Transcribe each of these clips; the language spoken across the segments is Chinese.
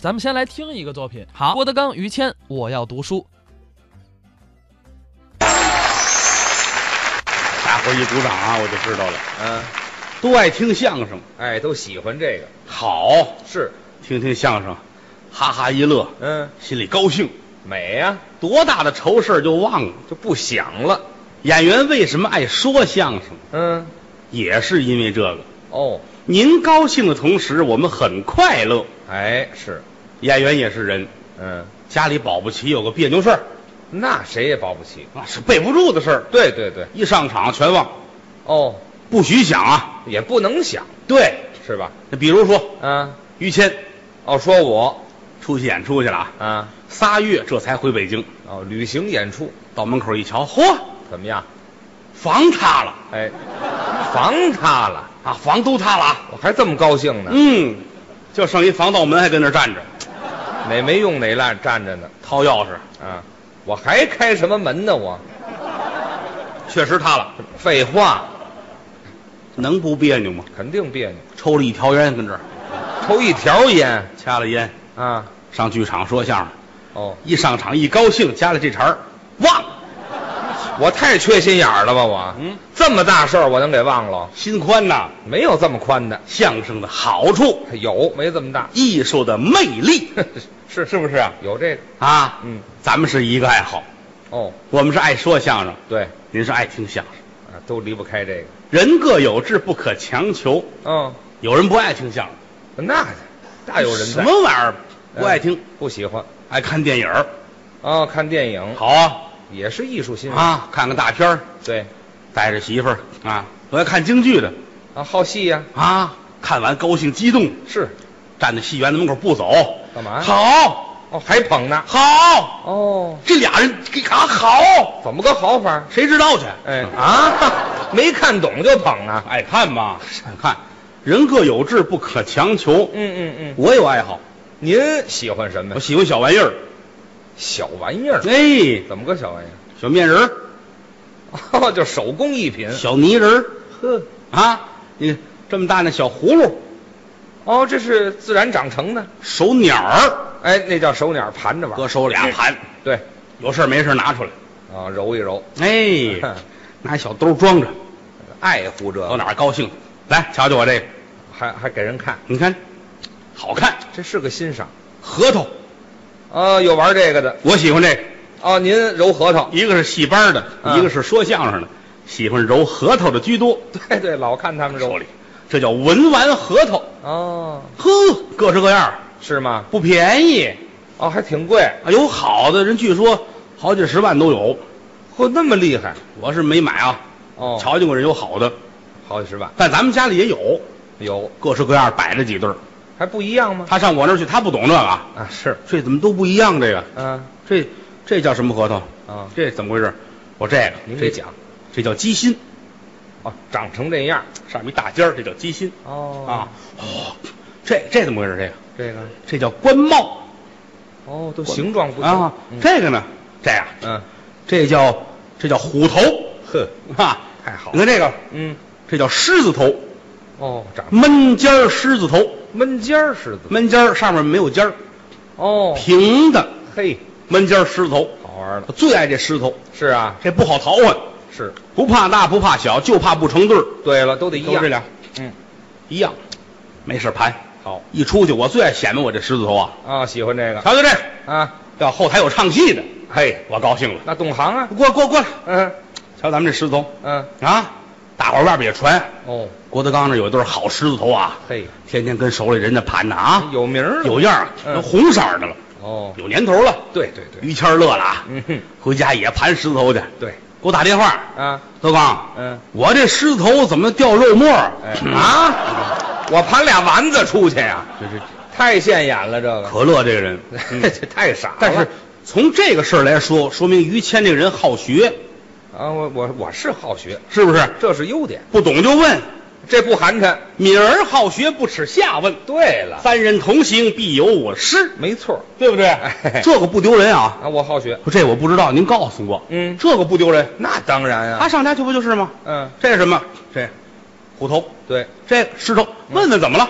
咱们先来听一个作品，好，郭德纲、于谦，《我要读书》。大伙儿一鼓掌啊，我就知道了，嗯，都爱听相声，哎，都喜欢这个，好，是，听听相声，哈哈一乐，嗯，心里高兴，美啊呀、多大的愁事儿就忘了。就不想了，演员为什么爱说相声，嗯，也是因为这个。哦，您高兴的同时，我们很快乐。哎，是，演员也是人，嗯，家里保不齐有个别扭事儿，那谁也保不齐，啊，是备不住的事儿，对对对，一上场全忘，哦，不许想啊。也不能想，对，是吧？那比如说啊，于谦哦，说我出去演出去了啊，啊，仨月这才回北京，哦，旅行演出到门口一瞧，嚯，怎么样？房塌了哎，房塌了，啊，房都塌了啊，我还这么高兴呢，嗯，就剩一防盗门还跟那儿站着，哪没用哪烂站着呢，掏钥匙，啊，我还开什么门呢？我确实塌了，废话，能不别扭吗？肯定别扭，抽了一条烟跟这儿，抽一条烟掐了烟，啊，上剧场说相声，哦，一上场一高兴，加了这茬儿，忘了，我太缺心眼儿了吧？我，嗯，这么大事儿我能给忘了？心宽呐。没有这么宽的，相声的好处，有没这么大？ 艺术的魅力是是不是啊？有这个，啊，嗯，咱们是一个爱好，哦，我们是爱说相声，对，您是爱听相声，啊，都离不开这个。人各有志，不可强求。嗯，有人不爱听相声，那大有人在。什么玩意儿嗯？不爱听，不喜欢爱看电影儿啊？看电影好啊也是艺术欣赏，啊，看看大片儿对带着媳妇儿啊，我爱看京剧的啊，好戏呀，啊，看完高兴激动，是站在戏园子门口不走，干啊嘛呀？好，哦，还捧呢。好，哦，这俩人给啊好，怎么个好法？谁知道去？哎啊，没看懂就捧啊？爱看吧，爱看。人各有志，不可强求。嗯嗯嗯，我有爱好，您喜欢什么我？喜欢小玩意儿，小玩意儿？哎，怎么个小玩意儿？小面人儿、哦，就手工艺品。小泥人儿呵，啊，你看这么大那小葫芦、 哦，这是自然长成的。手鸟儿，哎哎，那叫手鸟盘着玩搁儿。手俩盘，对，有事儿没事儿拿出来，啊，揉一揉。 哎， 拿小兜装着，爱护这到个，哪儿高兴，来瞧瞧我这个，还还给人看，你看，好看，这是个欣赏。核桃，啊，有玩这个的我喜欢这个。哦，您揉核桃，一个是戏班的，嗯一个是说相声的，喜欢揉核桃的居多， 对对，老看他们揉手里，这叫文玩核桃。哦，呵，各式各样儿，是吗？不便宜。哦，还挺贵，啊有好的人，据说好几十万都有。嚯，那么厉害我是没买啊，哦，瞧见过人有好的，好几十万但咱们家里也有，有，各式各样摆着几对儿。还不一样吗？他上我那儿去，他不懂这个啊，啊，是，这怎么都不一样？这个，嗯啊这这叫什么核桃？啊，这怎么回事？我这个，您这给，讲这叫鸡心，哦，长成这样上面一大尖儿，这叫鸡心哦啊。哦，这这怎么回事？这个，这个这叫官帽哦，都形状不一样啊嗯。这个呢，这样，嗯，这叫这叫虎头呵，啊。太好你看了，这个，嗯，这叫狮子头，哦，长闷尖儿狮子头，闷尖儿似的，闷尖儿上面没有尖儿，哦，平的嘿，闷尖儿狮子头。好玩了我，最爱这狮头，是啊，这不好淘换，是，不怕大不怕小，就怕不成对儿。对了，都得一都样这，俩，嗯，一样，没事盘。好一出去，我最爱显摆我这狮子头啊！啊，喜欢这个瞧瞧这个，啊，要后台有唱戏的，嘿，我高兴了。那懂行啊，过过过来，嗯瞧咱们这狮子头嗯，啊！大伙儿外边也传，哦，郭德纲那有一对好狮子头啊，嘿，天天跟手里人家盘呢啊，有名儿了有样儿，嗯都红色儿的了，哦，有年头了。对对对，于谦儿乐了啊，嗯哼，回家也盘狮子头去，给对我打电话，啊，德纲，嗯，我这狮子头怎么掉肉沫儿？哎啊， 我盘俩丸子出去呀，这这太现眼了，这个，可乐这个 人，嗯这太傻了。但是从这个事儿来说，说明于谦这个人好学，啊，我我我是好学，是不是？这是优点，不懂就问，这不寒碜。敏而好学，不耻下问。对了，三人同行，必有我师，没错儿对不对哎？这个不丢人啊，啊，我好学，这我不知道，您告诉我。嗯这个不丢人。那当然他啊，上家去不就是吗？嗯，这是什么？这虎头，对，这石头，问问怎么了？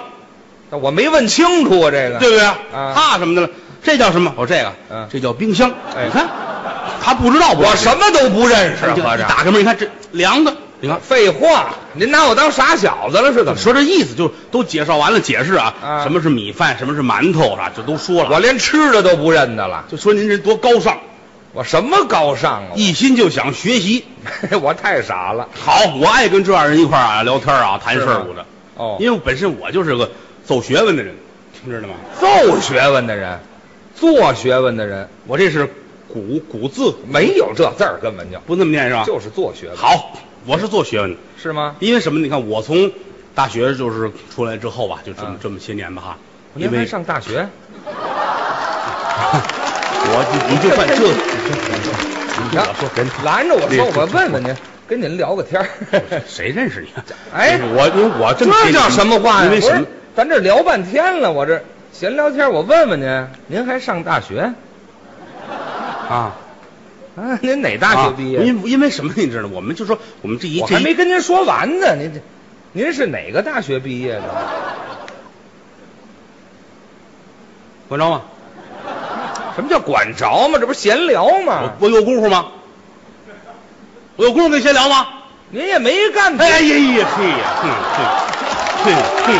但我没问清楚啊，嗯这个对不对？啊怕什么的了？这叫什么？我这个，嗯这叫冰箱。哎你看，他不知道不知道我什么都不认识啊，你合看着打开门一看，这凉的。你看，废话，您拿我当傻小子了是怎么着？说这意思就都介绍完了，解释啊，啊什么是米饭，什么是馒头啊，这都说了。我连吃的都不认得了，就说您这多高尚，我什么高尚啊？一心就想学习。 我太傻了。好，我爱跟这样人一块儿啊聊天啊，谈事儿是务的吗，哦，因为本身我就是个走学问的人，你知道吗？奏学问的人，做学问的人，我这是古古字，没有这字儿，根本就不那么念是吧？就是做学问，啊好，我是做学问的，是吗？因为什么？你看我从大学就是出来之后吧，就这么、嗯这么些年吧哈，您因还为上大学？我你就算 这，你你听看我说人拦着我这。说，我问问您，跟您聊个天儿 谁认识你？哎我因为我 这么这叫什么话呀？因为不什是么？，咱这聊半天了，我这闲聊天，我问问您，您还上大学？啊？啊，您哪大学毕业？啊因为因为什么你知道吗？我们就说我们这一我这还一没跟您说完呢，您这，您是哪个大学毕业的？管着吗？什么叫管着嘛？这不是闲聊吗我？我有功夫吗？我有功夫跟你闲聊吗？您也没干别哎的，呀呀嘿呀，哼哼哼哼，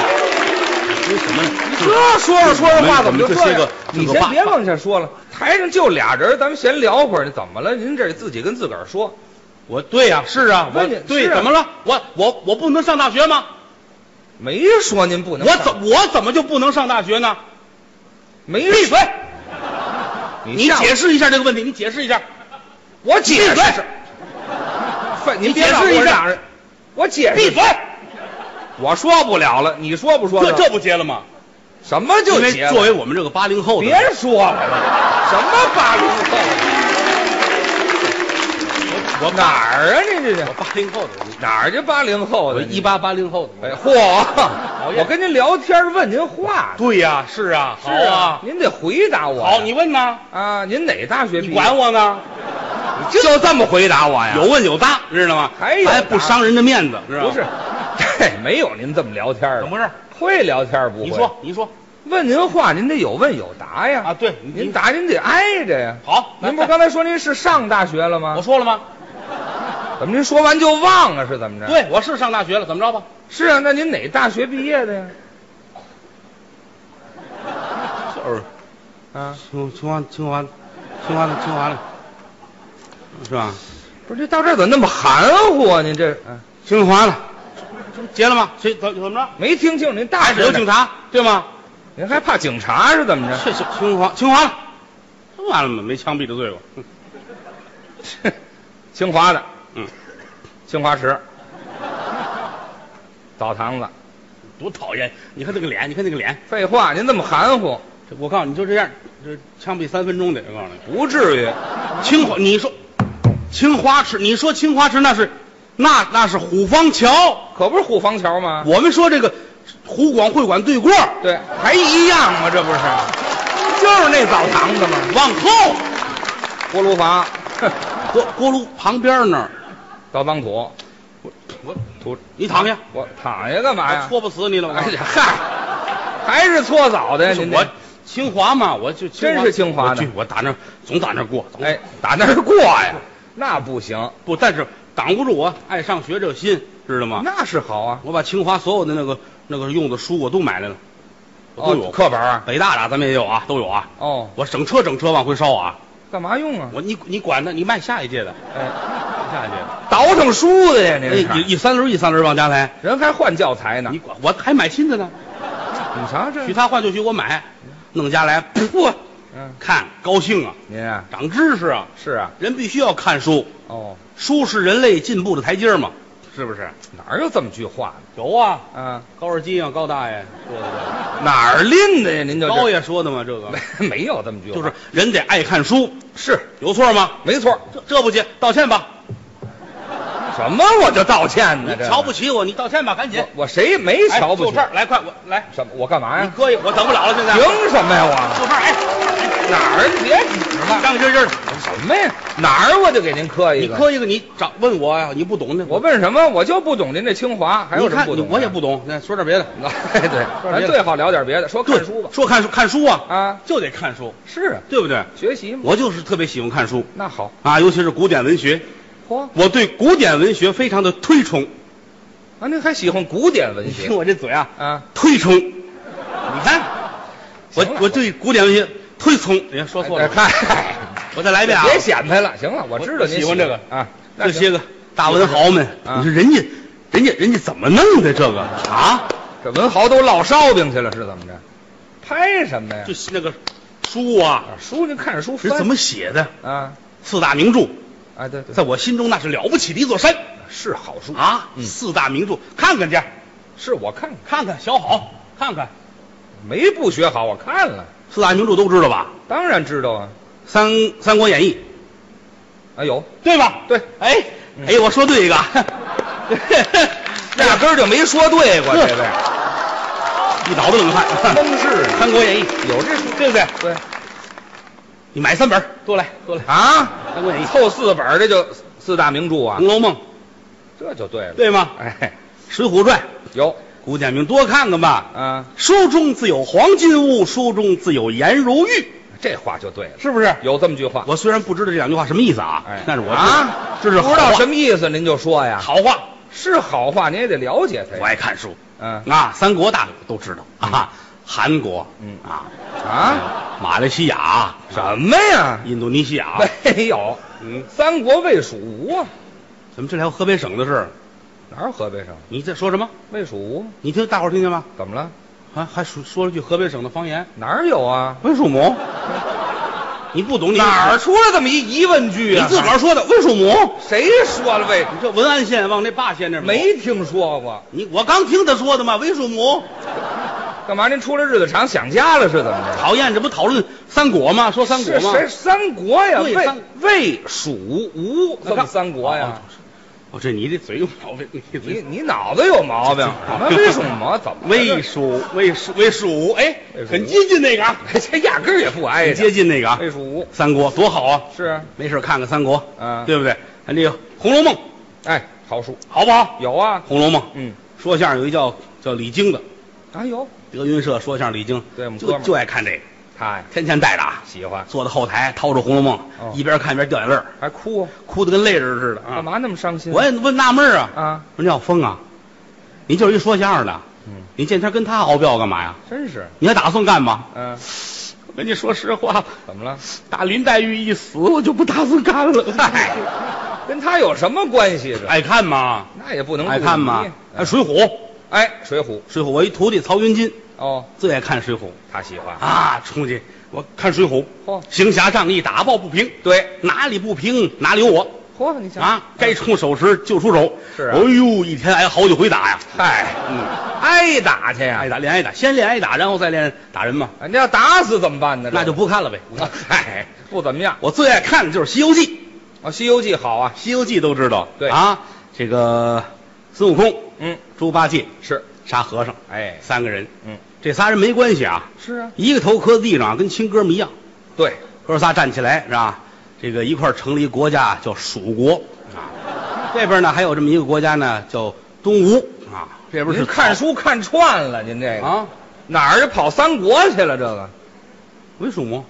为什么呢？这说着说着话怎么就我们这这是样个？你这个先话别往下说了，台上就俩人，咱们闲聊会儿。怎么了？您这自己跟自个儿说，我对呀、是啊，我问你对是啊怎么了？我我我不能上大学吗？没说您不能我上。怎我怎么就不能上大学呢？没闭嘴？你下午解释一下这个问题，你解释一下。我解闭释嘴。废，您你别解让释一我下嚷嚷，我解闭释。嘴！我说不了了，你说不说这呢？这不结了吗？什么就因为结了作为我们这个八零后的，别说了，什么 八零后？我我八哪儿啊？你这是我八零后的，我哪儿就八零后我的？一八八零后哎，的。嚯！厌我跟您聊天问您话呢，对呀、是啊，好是啊，您得回答我呀。好，你问呢？啊，您哪大学毕你业？管我呢？你就这么回答我哎呀？有问有答，知道吗？还有答还不伤人的面子，知道吗？不 是？这没有您这么聊天怎么的，回事？会聊天不会？你说，你说问您话，您得有问有答呀。啊？对，你您答您得挨着呀。好，您不是刚才说您是上大学了吗我？说了吗？怎么您说完就忘了是啊怎么着？，对，我是上大学了，怎么着吧？是啊，那您哪大学毕业的呀？就是啊，清清华清华清华的清华的，是吧？不是，这到这儿怎么那么含糊啊？您这啊，清华的，这不结了吗？谁怎怎么着？没听清楚，您大还学是有警察，察对吗？您还怕警察是啊怎么着？是是清华清华的，这完了吗？没枪毙的罪过。哼清华的，嗯，清华池，澡堂子。多讨厌！你看那个脸，你看那个脸，废话，您这么含糊，这我告诉你，就这样，这枪毙三分钟得。我告诉你。不至于。清华，你说清华池，你说清华池那是那那是虎坊桥，可不是虎坊桥吗？我们说这个湖广会馆对过儿对，还一样吗？这不是，就是那澡堂子吗？往后锅炉房，锅锅炉旁边那儿，倒脏土，我土，你躺下，我躺下干嘛我呀？戳不死你了。我告哎诉你呀，嗨，还是搓澡的呀？不是您这我清华嘛，我就真是清华的我去我打那儿总打那儿过，总哎，打那儿啊过呀？ 那不行，不，但是挡不住我爱上学这个心，知道吗？那是好啊。我把清华所有的那个那个用的书我都买来了，我都有。哦，课本啊？北大的咱们也有啊，都有啊。哦，我整车整车往回烧啊！干嘛用啊？我你你管他，你卖下一届的，哎，下一届的， 倒腾书的呀，您哎是一一三轮一三轮往家来，人还换教材呢。你管我还买新的呢，你瞧这许，他换就许我买，弄家来，噗，嗯，看高兴啊，您啊，长知识啊，是啊，人必须要看书，哦，书是人类进步的台阶儿嘛，是不是？哪儿有这么句话有啊，呢？啊，高尔基啊，高大爷说的哪儿拎的呀？您这就个，高爷说的嘛，这个没 没有这么句话，就是人得爱看书，是有错吗？没错。这这不接，道歉吧，什么我就道歉你呢？嗯这瞧不起我，你道歉吧，赶紧我，，我谁没哎瞧不就起这？儿来，快我来，什么？我干嘛你呀？搁一，我等不了了，现在凭什么呀？我就这儿，哎，哪儿？你别指了，张真真，什么呀？哪儿我就给您磕一你个。磕一个，你找问我呀，你不懂的，我问什么？我就不懂您这清华，还有你什么看不懂？啊我也不。懂。那说点别的，哎， 对，说点咱别最的。好聊点别的，说看书吧。说看书，看书啊，啊，就得看书，是啊，对不对？学习嘛。我就是特别喜欢看书那好，啊，尤其是古典文学，嚯我对古典文学非常的推崇。啊，您还喜欢古典文你学听我这嘴啊，啊？推崇。你看，我行了我对古典文学推崇。哎，说错了，哎嗨， 我再来一遍啊。别显摆了，行了，我知道我您喜欢这个啊。那这行些个大文豪们，啊你说人家，人家，人家怎么弄的这个啊？这文豪都烙烧饼去了，是怎么着？拍什么呀就？那个书啊，啊书您看着书是翻怎么写的？啊？四大名著，哎，对对，在我心中那是了不起的一座山是好书，啊！嗯四大名著，看看去，是我看看，看看小好，看看没不学好，我看了，四大名著都知道吧？当然知道啊。 《三三国演义》啊，有，对吧？对，哎嗯哎，我说对一个， 压根儿就没说对过，呵这位 一脑子冷汗。 真是《三国演义》有这书，对不对？对你买三本儿，多来多来，《啊，三国演义》《凑四本儿这就四大名著啊红，楼梦》，这就对了。对吗？哎， 《水浒传》，有古典名多看看吧。啊，书中自有黄金屋，书中自有颜如玉，这话就对了，是不是？有这么句话，我虽然不知道这两句话什么意思啊，哎但是我啊知道这是不知道什么么意思，您就说呀。好话。是好话，您也得了解他我呀。爱看书嗯啊，三国大都知道啊，韩国，嗯啊啊，，马来西亚，什么呀？印度尼西亚，没有，嗯，三国魏蜀吴啊，怎么这里还有河北省的事儿？哪有河北省？你在说什么？魏蜀吴你听大伙儿听见吗？啊怎么了？还还说说了句河北省的方言，哪儿有啊？温树母，你不懂你哪儿？出来这么一疑问句你啊？自个儿说的温树母，谁说了魏？你这文安县往那霸县那儿跑没听说过，你，我刚听他说的嘛，温树母干嘛？您出来日子长想家了是怎么着？讨厌，这不讨论三国吗？啊说三国是吗？谁？三国呀，对魏三魏蜀吴这么三国哦呀？我这你这嘴有毛病，你你嘴你脑子有毛病？啊什么魏蜀 吴怎么了？魏蜀魏蜀魏蜀，哎魏，蜀哎很接近那个啊， 这压根儿也不挨很着接。近那个啊，魏蜀吴三国多好啊！是啊，没事看看三国，啊对不对？那个《红楼梦》哎，好书好不好？有啊，《红楼梦》嗯，说相声有一叫叫李菁的，啊有，德云社说相声李菁，对我们哥就们儿就爱看这个，他呀天天带着啊，喜欢，坐在后台掏出《红楼梦》哦一边看一边掉眼泪儿，还哭啊，哭得跟泪人似的干啊！嘛那么伤心？我也问纳闷儿啊，啊，我说廖峰啊，你就是一说相声的，嗯，你见天跟他熬标干嘛呀？真是，你还打算干嘛？嗯，我跟你说实话，怎么了？打林黛玉一死，我就不打算干了。嗨，跟他有什么关系？这爱看 吗？那也不能哎爱看吗吗？？哎，《水浒》，哎，《水浒》 《水浒》，我一徒弟曹云金哦，最爱看《水浒他喜》欢。啊，冲去我看《水浒》，嚯，行侠仗义，打抱不平，对，哪里不平哪里有我嚯，你想啊！该出手时就出手，是啊哎呦，一天挨好几回打呀，嗨，嗯，挨打去呀挨！打连挨打，先练挨打，然后再练打人嘛，啊你要打死怎么办呢？那就这不看了呗。 哎啊 嗨，不怎么样。我最爱看的就是《西游记》，《啊，《西游记》好啊，西游记》都知道，对啊，这个孙悟空、嗯，猪八戒、是，沙和尚哎，三个人，嗯，这仨人没关系啊，是啊，一个头磕地上，跟亲哥们一样。对，哥仨站起来是吧？这个一块儿成立国家叫蜀国啊，这边呢还有这么一个国家呢叫东吴啊，这边是您看书看串了，您这个啊，哪儿就跑三国去了？这个，为蜀吗？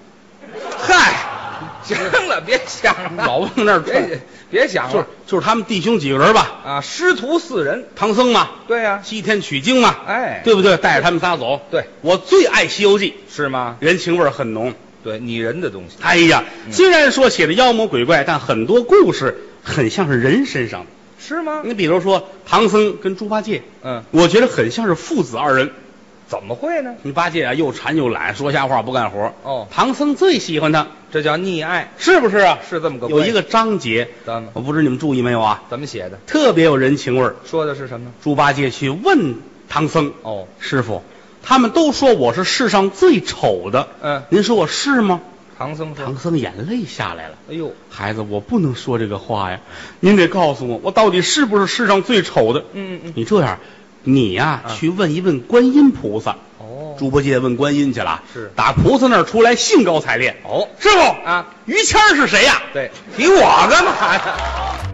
嗨，行了，别想了，老往那儿转，别别想就是了就是他们弟兄几个人吧，啊！师徒四人，唐僧嘛，对呀，西天取经嘛，哎，啊对不对？带着他们仨走，对，我最爱《西游记》，是吗？人情味儿很浓。对，拟人的东西，哎呀，嗯虽然说写的妖魔鬼怪，但很多故事很像是人身上的。是吗？你比如说唐僧跟猪八戒，嗯，我觉得很像是父子二人。怎么会呢？你八戒啊，又馋又懒，说瞎话不干活。哦，唐僧最喜欢他，这叫溺爱，是不是啊？是这么个有一关系个章节，怎么我不知你们注意没有啊，怎么写的？特别有人情味儿。说的是什么？猪八戒去问唐僧哦，师傅，他们都说我是世上最丑的，嗯，您说我是吗？唐僧说唐，僧眼泪下来了，哎呦，孩子，我不能说这个话呀，您得告诉我，我到底是不是世上最丑的？嗯嗯嗯，你这样，你呀、啊去问一问观音菩萨，哦，猪八戒问观音去了，是打菩萨那儿出来，兴高采烈。哦师傅啊，于谦儿是谁呀、对，提我干嘛？嘛呀？